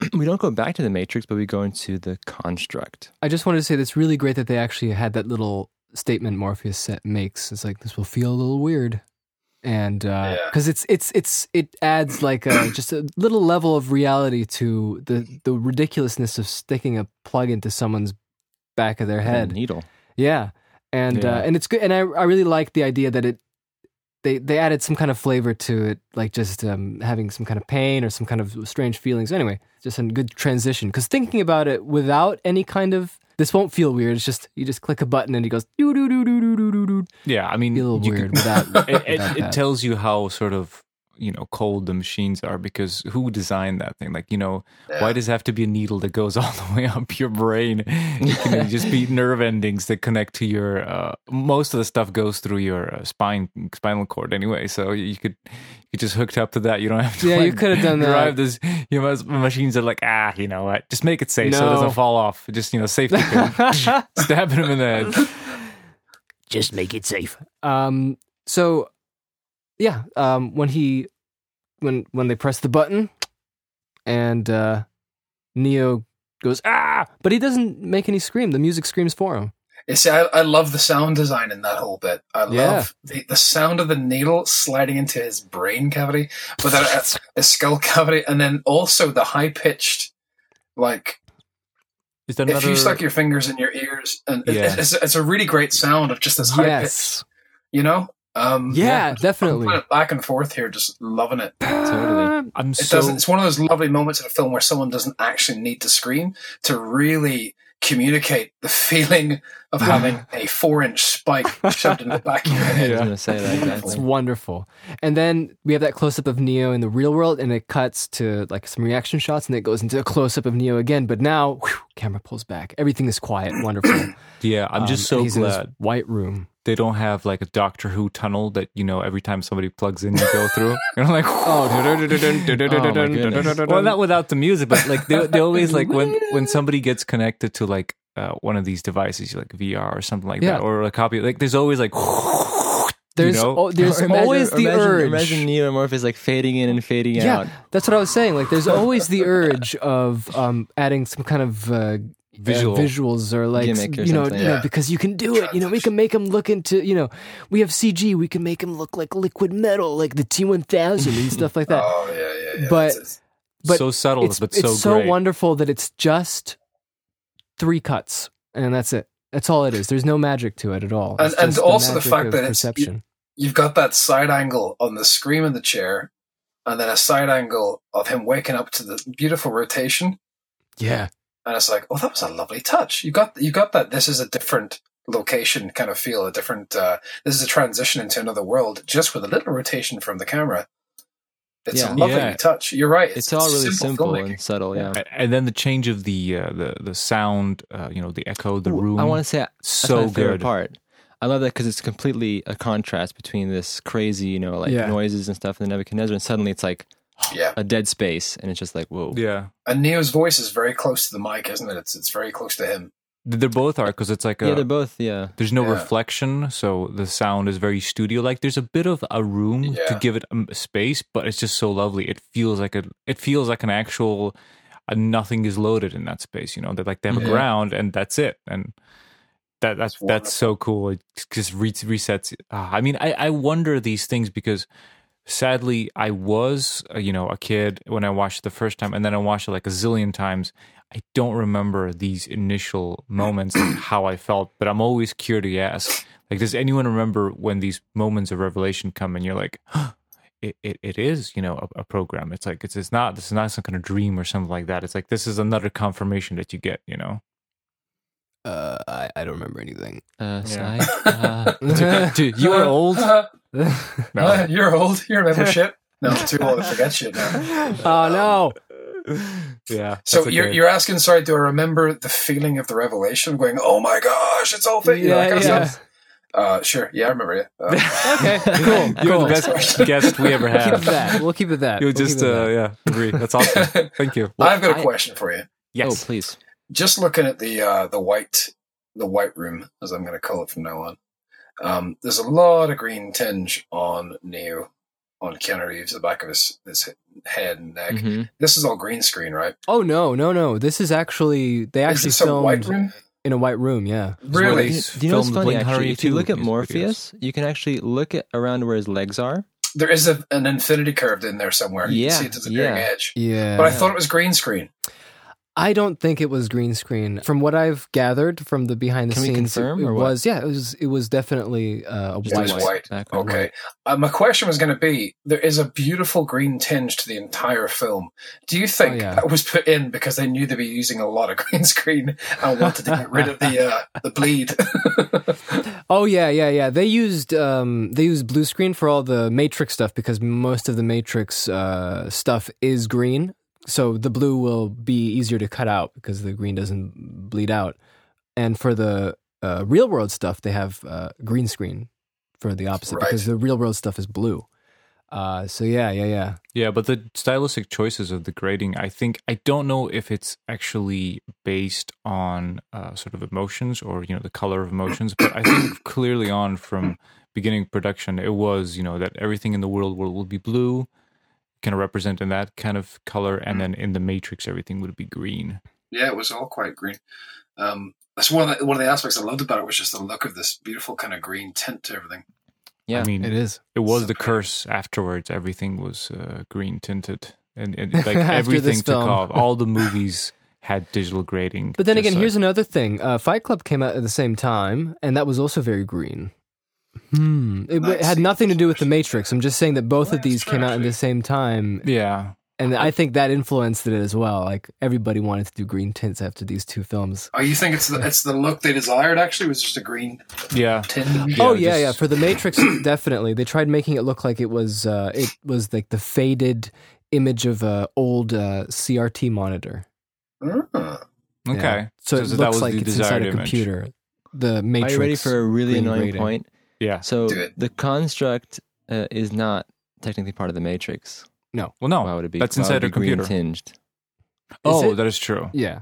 we don't go back to the matrix but we go into the construct I just wanted to say that's really great that they actually had that little statement Morpheus set makes. It's like this will feel a little weird, and because Yeah. it's it's it's it adds like a, just a little level of reality to the the ridiculousness of sticking a plug into someone's back of their head. needle. Yeah, and Yeah. Uh, and it's good, and I I really like the idea that it they they added some kind of flavor to it, like just um, having some kind of pain or some kind of strange feelings. Anyway, just a good transition because thinking about it without any kind of this won't feel weird. It's just you just click a button and it goes doo doo doo doo doo doo doo doo. Yeah, I mean, Be a little you weird could- without. it, without it, it that. tells you how sort of you know cold the machines are because who designed that thing? Like you know, why does it have to be a needle that goes all the way up your brain? It can just be nerve endings that connect to your. Uh, most of the stuff goes through your uh, spine, spinal cord anyway. So you could you just hooked up to that. You don't have to. Yeah, you like, could have done that. drive This, you know, machines are like ah, you know what? Just make it safe so it No. doesn't fall off. Just you know, safety pin. stabbing him in the head. just make it safe. Um. So, yeah. Um. When he, when when they press the button, and uh, Neo goes ah, but he doesn't make any scream. The music screams for him. You see, I, I love the sound design in that whole bit. I love Yeah. the, the sound of the needle sliding into his brain cavity, but then uh, his skull cavity, and then also the high pitched, like Is that another? if you stuck your fingers in your ears, and it- Yeah. it's, it's a really great sound of just this high pitch. yes. You know, um, Yeah, I'm definitely. putting it back and forth here, just loving it. Uh, Totally. I'm It so doesn't. It's one of those lovely moments in a film where someone doesn't actually need to scream to really communicate the feeling of having a four-inch spike shoved in the back of your head. I was going to say that It's exactly. wonderful. And then we have that close up of Neo in the real world, and it cuts to like some reaction shots, and it goes into a close up of Neo again. But now, whew, camera pulls back. Everything is quiet. Wonderful. yeah. I'm Um, just so and he's in this glad white room. they don't have like a Doctor Who tunnel that you know every time somebody plugs in you go through. You're like, Oh, Oh, goodness. well, not without the music, but like they they always like when when somebody gets connected to like uh, one of these devices, like VR or something like Yeah. that, or a copy. Like there's always like There's know? al- there's Or imagine- always the imagine, urge. Imagine Neo Morpheus like fading in and fading out. Yeah, that's what I was saying. Like, there's always the urge of um, adding some kind of uh, Visual. uh, visuals or like Gimmick or you know, something. you know, Yeah. because you can do it. You know, we can make them look into you know, we have CG. We can make them look like liquid metal, like the T1000 and stuff like that. Oh yeah, yeah, yeah. But- It's- it's- But so subtle it's Oh, but so it's so great. wonderful that it's just three cuts and that's it. That's all it is. There's no magic to it at all. And- It's and just also the magic fact of that it's- perception. you've got that side angle on the scream in the chair, and then a side angle of him waking up to the beautiful rotation, yeah, and it's like, oh, that was a lovely touch. You got you got that. This is a different location kind of feel, a different. Uh, this is a transition into another world, just with a little rotation from the camera. It's Yeah. a lovely Yeah. touch. You're right. It's, all really simple, filmmaking. and subtle. Yeah. A- And then the change of the uh, the the sound, uh, you know, the echo, the room. I want to say that's so my favorite good. part. I love that because it's completely a contrast between this crazy, you know, like Yeah. noises and stuff in the Nebuchadnezzar, and suddenly it's like Yeah, a dead space, and it's just like whoa. Yeah, and Neo's voice is very close to the mic, isn't it? It's it's very close to him. they're both are because it's like Yeah, a, they're both. Yeah, There's no Yeah. reflection, so the sound is very studio like. There's a bit of a room to Yeah. give it um, space, but it's just so lovely. It feels like a it feels like an actual uh, nothing is loaded in that space, you know. They like they have Yeah. a ground and that's it. And that that's It's that's so cool. It just re- resets. ah, I mean, I I wonder these things because sadly I was, uh, you know, a kid when I watched it the first time and then I watched it like a zillion times. I don't remember these initial moments and how I felt, but I'm always curious to ask. Like, does anyone remember when these moments of revelation come and you're like, "Huh, it, it, it is, you know, a, a program. It's like, it's, it's not, this is not some kind of dream or something like that. It's like, this is another confirmation that you get, you know? Uh, I, I don't remember anything. Uh, Yeah. Sigh. Uh, Dude, you are old. Uh, Uh-huh. you're old. You remember shit. No, I'm too old to forget shit now. oh no. Yeah. So that's a you're, good- you're asking, sorry, do I remember the feeling of the revelation going, oh my gosh, it's all fake? You know, that kind of yeah. stuff. Uh, sure. Yeah, I remember it. Uh, Okay, cool. You're cool. the best guest we ever Keep it had. that. We'll keep it that. You We'll just, keep it uh, that. yeah, agree. That's awesome. Thank you. I've got a I- question for you. Oh, Yes. please. Just looking at the, uh, the white, the white room, as I'm going to call it from now on. Um, there's a lot of green tinge on Neo, on Keanu Reeves, the back of his, his head and Mm-hmm. neck. Mhm. This is all green screen, right? oh no, no, no. This is actually they Is actually this a filmed. white room? in a white room. Yeah. Really? It's Do you know what's filmed funny? Blink Actually, if you 182 look at music videos. Morpheus, you can actually look at around where his legs are. There is a, an infinity curve in there somewhere. You Yeah, can see it to the very yeah. edge. Yeah. But I thought it was green screen. I don't think it was green screen. From what I've gathered from the behind the Can we scenes, confirm, it, it or what? was yeah, it was it was definitely uh, a Just a It white. was white. background. Okay. Uh, my question was going to be there is a beautiful green tinge to the entire film. Do you think Oh, yeah. that was put in because they knew they'd be using a lot of green screen and wanted to get rid of the uh, the bleed? Oh yeah, yeah, yeah. They used um, they used blue screen for all the Matrix stuff because most of the Matrix uh, stuff is green, so the blue will be easier to cut out because the green doesn't bleed out. And for the uh, real world stuff, they have uh, green screen for the opposite Right. because the real world stuff is blue. Uh, so yeah, yeah, yeah. Yeah, but the stylistic choices of the grading, I think, I don't know if it's actually based on uh, sort of emotions or, you know, the color of emotions, but I think clearly on from beginning production, it was, you know, that everything in the world will, will be blue, kind of represent in that kind of color. And then in the Matrix, everything would be green. yeah, it was all quite green. Um, that's one of, the, one of the aspects I loved about it was just the look of this beautiful kind of green tint to everything. Yeah. I mean, It it, is. was the curse afterwards. Everything was uh, green tinted. And, and like After this everything took film. off. All the movies had digital grading. But then just again, like- here's another thing. Uh, Fight Club came out at the same time, and that was also very green. Hmm. It, w- it had nothing to do with the Matrix. I'm just saying that both of these came out at the same time, Yeah. and I think that influenced it as well. Like everybody wanted to do green tints after these two films. Oh, you think it's the it's the look they desired? Actually, was just a green Yeah. tinge. Yeah, oh yeah, just- yeah. For the Matrix, definitely they tried making it look like it was uh, it was like the faded image of a old uh, CRT monitor. Ah. Yeah. Okay. So, So it that looks was like the it's inside desired a image. computer. The Matrix. Are you ready for a really green annoying rating. point? Yeah. So Do it. the construct uh, is not technically part of the Matrix. Well, no. Why would it be? Oh, That's why would inside it a be green computer. tinged. Oh, it? that is true. Yeah,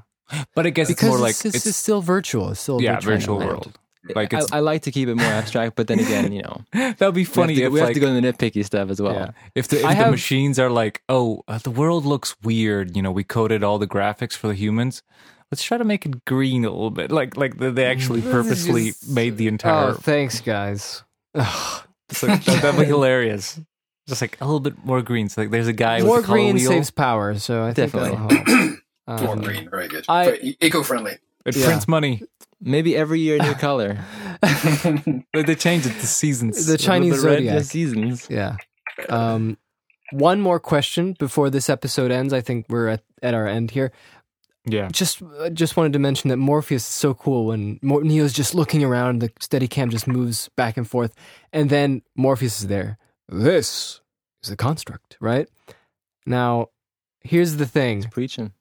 But I guess because it's more it's, like it's, it's, it's still virtual. It's still a yeah, virtual, virtual land. world. Like I, it's I like to keep it more abstract, but then again, you know, that would be funny we have to, if we have like to go into the nitpicky stuff as well. Yeah. if the, if I the have- machines are like, oh, uh, the world looks weird. You know, we coded all the graphics for the humans. Let's try to make it green a little bit. Like like they- they actually This is purposely just- made the entire. Oh, thanks, guys. Ugh. so that that'd be hilarious. Just like a little bit more green. So like there's a guy More with a color green wheel. saves power, so I think Definitely. that'll help. More Um, green, very good. I- Very e-, eco-friendly. It yeah. prints money. Maybe every year, new color. They- They change it to seasons. The Chinese Red zodiac. seasons. Yeah. Um, one more question before this episode ends. I think we're at, at our end here. yeah. Just uh, just wanted to mention that Morpheus is so cool when Mor- Neo's just looking around, the steady cam just moves back and forth, and then Morpheus is there. This is the construct, right? Now, here's the thing. Preaching.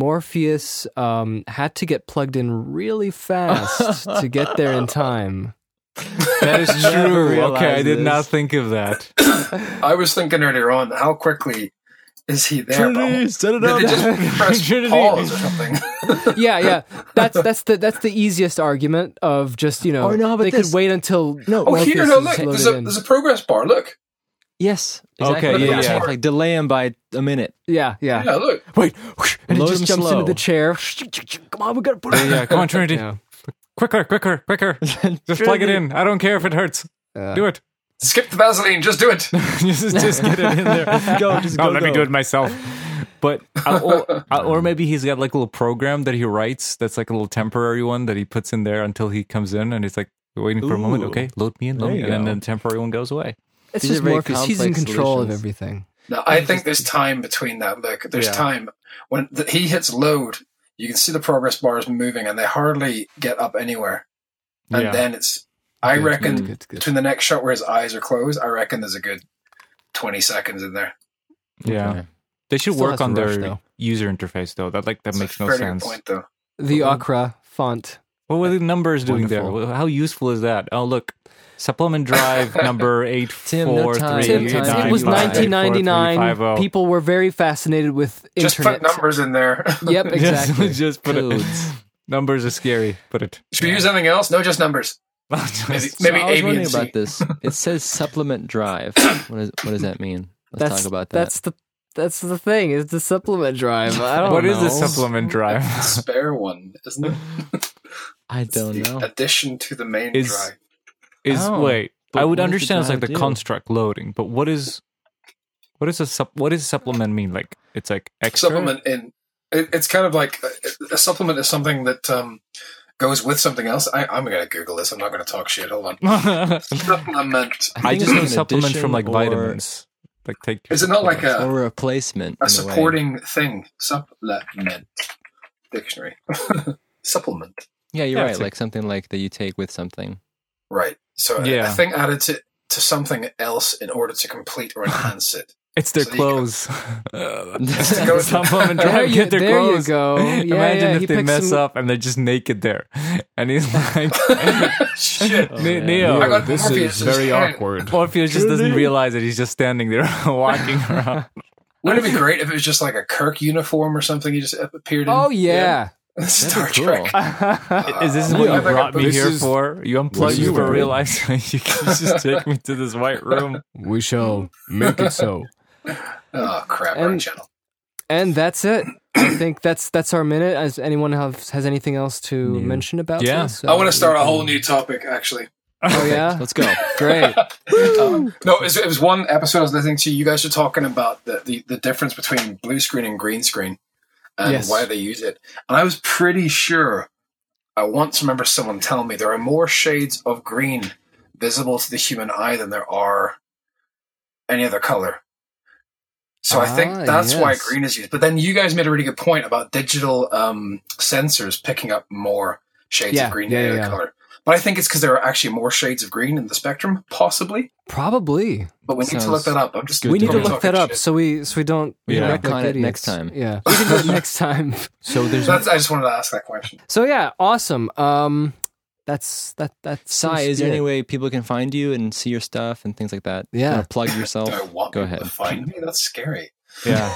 Morpheus um, had to get plugged in really fast to get there in time. That is Never true. realized Okay, I did not this. think of that. I was thinking earlier on, how quickly is he there? But set it Did they just press Trinity. pause or something? Yeah, yeah. That's that's the that's the easiest argument of just you know Oh, no, but they this- could wait until No, Oh, Morpheus here, no, is look. There's loaded a, in. there's a progress bar. Look. Yes. Okay, exactly. yeah, yeah. Like delay him by a minute. yeah, yeah, Yeah, look. Wait, and Load he just him jumps slow. into the chair. Come on, we gotta put it. Yeah, come on, Trinity. Yeah. Quicker, quicker, quicker. Just plug it in. I don't care if it hurts. Do it. Skip the Vaseline. Just do it. just, just get it in there. Go, just no, go, let me go. do it myself. But uh, or, uh, or maybe he's got like a little program that he writes that's like a little temporary one that he puts in there until he comes in and it's like waiting for a moment. Ooh. Okay, load me in, load There me you in, and go. then the temporary one goes away. It's These are just very Morpheus. He's in complex control of solutions. everything. No, I think there's time between that. Look, there's Yeah. time when th- he hits load. You can see the progress bars moving, and they hardly get up anywhere. And Yeah. then it's, I Good, reckon, good, good, good. between the next shot where his eyes are closed, I reckon there's a good twenty seconds in there. Yeah, Okay. they should Still work has to on their rush, though. user interface though. That like that It's a makes no very good sense. point, though. The Akra font. What were the numbers doing Wonderful. there? How useful is that? Oh, look, supplement drive number eight Tim, no four time. three Tim, Tim, it nine was five nine, eight four three 1999. five oh. People were very fascinated with Just internet. put numbers in there. Yep, exactly. Just, just put it. Codes. Numbers are scary. Put it. Should we use anything else? No, just numbers. Maybe, So maybe I was A, B, wondering and C. about this. It says supplement drive. What, is, what does that mean? Let's that's, talk about that. That's the that's the thing. It's the supplement drive. I don't What know. is the supplement drive? Spare one, isn't it? I don't the know. addition to the main Is- drive. Is Oh, wait, but I would what does the understand it's like drive the do? construct loading, but what is what is a sup, what does supplement mean? Like it's like extra Supplement in it, it's kind of like a, a supplement is something that um, goes with something else. I, I'm gonna Google this. I'm not gonna talk shit. Hold on. Supplement. I, I think just it's know an supplements addition from like or- vitamins. Like take Is it not like a- or a replacement. in A way. supporting thing. Supplement. Dictionary. supplement. Yeah, you're Yeah, right. it's a- Like something like that you take with something. Right. So a- a, Yeah. thing added to to something else in order to complete or enhance it. It's their So you go- clothes. to go- Supplement There drive, you- get their there you clothes. go. Yeah, Imagine yeah, he if they picks mess some- up and they're just naked there, and he's like, Shit. Oh, Ne- man. Neo, I got this Morpheus is in his very hand. awkward. Morpheus just doesn't realize that he's just standing there walking around. Wouldn't it be great if it was just like a Kirk uniform or something? He just appeared in Oh yeah. Star cool. Trek. is this Yeah, what you I think I brought me put- here This is- for? You What unplugged you me were for doing. real life. you can just take me to this white room. We shall make it so. Oh crap! And- Wrong channel. And that's it. I think that's that's our minute. Has anyone have has anything else to mention about Yeah. this? I want to start a whole new topic, actually. Oh yeah. Let's go. Great. Um, no, it was, it was one episode I was listening to. You guys were talking about the, the, the difference between blue screen and green screen and Yes. why they use it. And I was pretty sure I once remember someone telling me there are more shades of green visible to the human eye than there are any other color. So I think Ah, that's why yes. green is used. But then you guys made a really good point about digital um, sensors picking up more shades Yeah, of green yeah, than any yeah, other yeah. color. But I think it's because there are actually more shades of green in the spectrum, possibly. Probably. But we need to look Sounds that up. I'm just good we need to Probably look talking that up shit. so we so we don't We you know, can act like retcon it idiots. next time. Yeah. We can do it next time. So there's That's, I just wanted to ask that question. So yeah, awesome. Um that's that that's Sai, is there any way people can find you and see your stuff and things like that? Yeah. You wanna plug Do I yourself. want Go people ahead. to find me? That's scary. Yeah.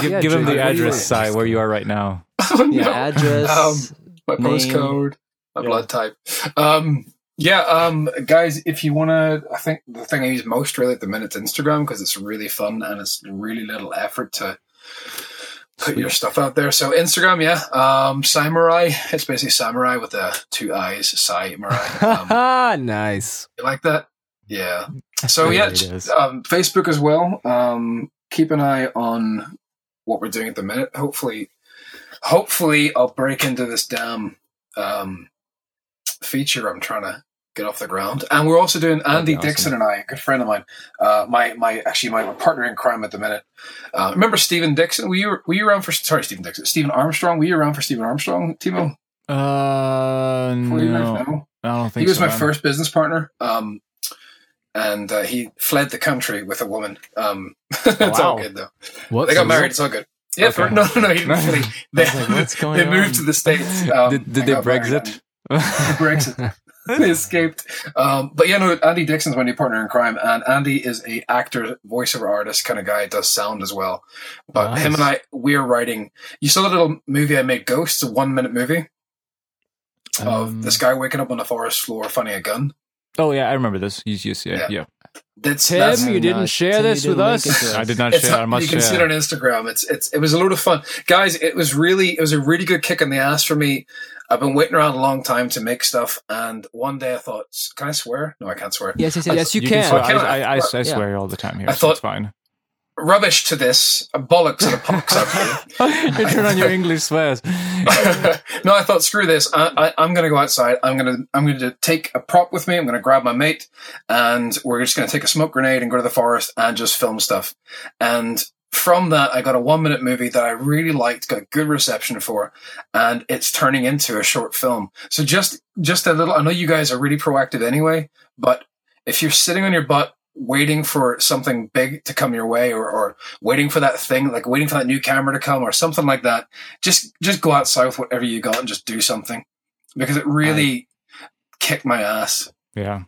Give, Yeah, give him Jake, where the you address, at? Sai, where you are right now. Oh, Yeah, Um, no. address. my name. postcode, my Yeah. blood type. Um, yeah, um, guys, if you want to, I think the thing I use most really at the minute is Instagram because it's really fun and it's really little effort to put your stuff out there. So Instagram, yeah, um, Samurai. It's basically Samurai with the two eyes, Samurai. Um, nice. You like that? Yeah. Mm, So yeah, it is. um, Facebook as well. Um, keep an eye on what we're doing at the minute. Hopefully, hopefully I'll break into this damn um, feature I'm trying to get off the ground. And we're also doing be Andy awesome. Dixon and I, a good friend of mine, uh, my my actually my partner in crime at the minute. Uh, remember Stephen Dixon? Were you were you around for sorry Stephen Dixon? Stephen Armstrong? Were you around for Stephen Armstrong, Timo? Uh, Were you around? no, I don't think he was so, my man. first business partner um and uh, he fled the country with a woman um it's all Wow. good though what? they got married it's all good yeah Okay. for, no no no he didn't flee they, was like, "What's going they moved on?" to the states um, did did and they got married Brexit? and- brexit they escaped um but yeah no andy dixon's my new partner in crime and andy is a actor voiceover artist kind of guy does sound as well but Nice. him and i we're writing you saw the little movie i made ghosts a one minute movie Um, of this guy waking up on the forest floor finding a gun oh yeah, I remember this. He's just yeah, yeah. That's, Tim, that's you I'm didn't not- share Tim, you this didn't with link us. it to I did not it's share. I something must you can see it share. on Instagram. It's it's it was a load of fun, guys. It was really it was a really good kick in the ass for me. I've been waiting around a long time to make stuff, and one day I thought, can I swear? No, I can't swear. Yes, yes, yes. Yes, you, You can. can swear. Can I, I? I, I, I Yeah. swear all the time here. I so it's thought- fine. Rubbish to this, bollocks and a pox. you turn on your English swears. no, I thought, screw this. I, I, I'm going to go outside. I'm going to I'm going to take a prop with me. I'm going to grab my mate, and we're just going to take a smoke grenade and go to the forest and just film stuff. And from that, I got a one minute movie that I really liked, got good reception for, and it's turning into a short film. So just just a little. I know you guys are really proactive anyway, but if you're sitting on your butt waiting for something big to come your way or, or waiting for that thing like waiting for that new camera to come or something like that just just go outside with whatever you got and just do something because it really kicked my ass. Yeah.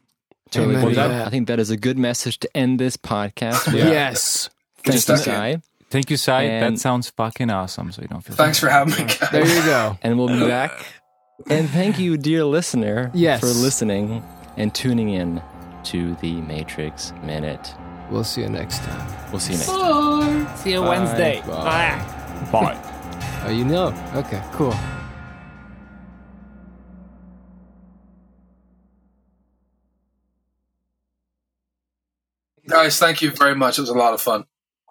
Totally Amen. agree. Well, that- I think that is a good message to end this podcast. with. Yeah. Yes. Thank Just you, okay. Sai. Thank you, Sai. And- that sounds fucking awesome. So you don't feel. Thanks for having me. Guys. There you go. And we'll be back. And thank you, dear listener, Yes. for listening and tuning in to the Matrix Minute. We'll see you next time. We'll see you next time. See you Wednesday. Bye. Bye. Oh, you know. Okay, cool. Guys, thank you very much. It was a lot of fun.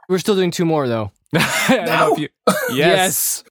We're still doing two more though. I don't know if you- yes.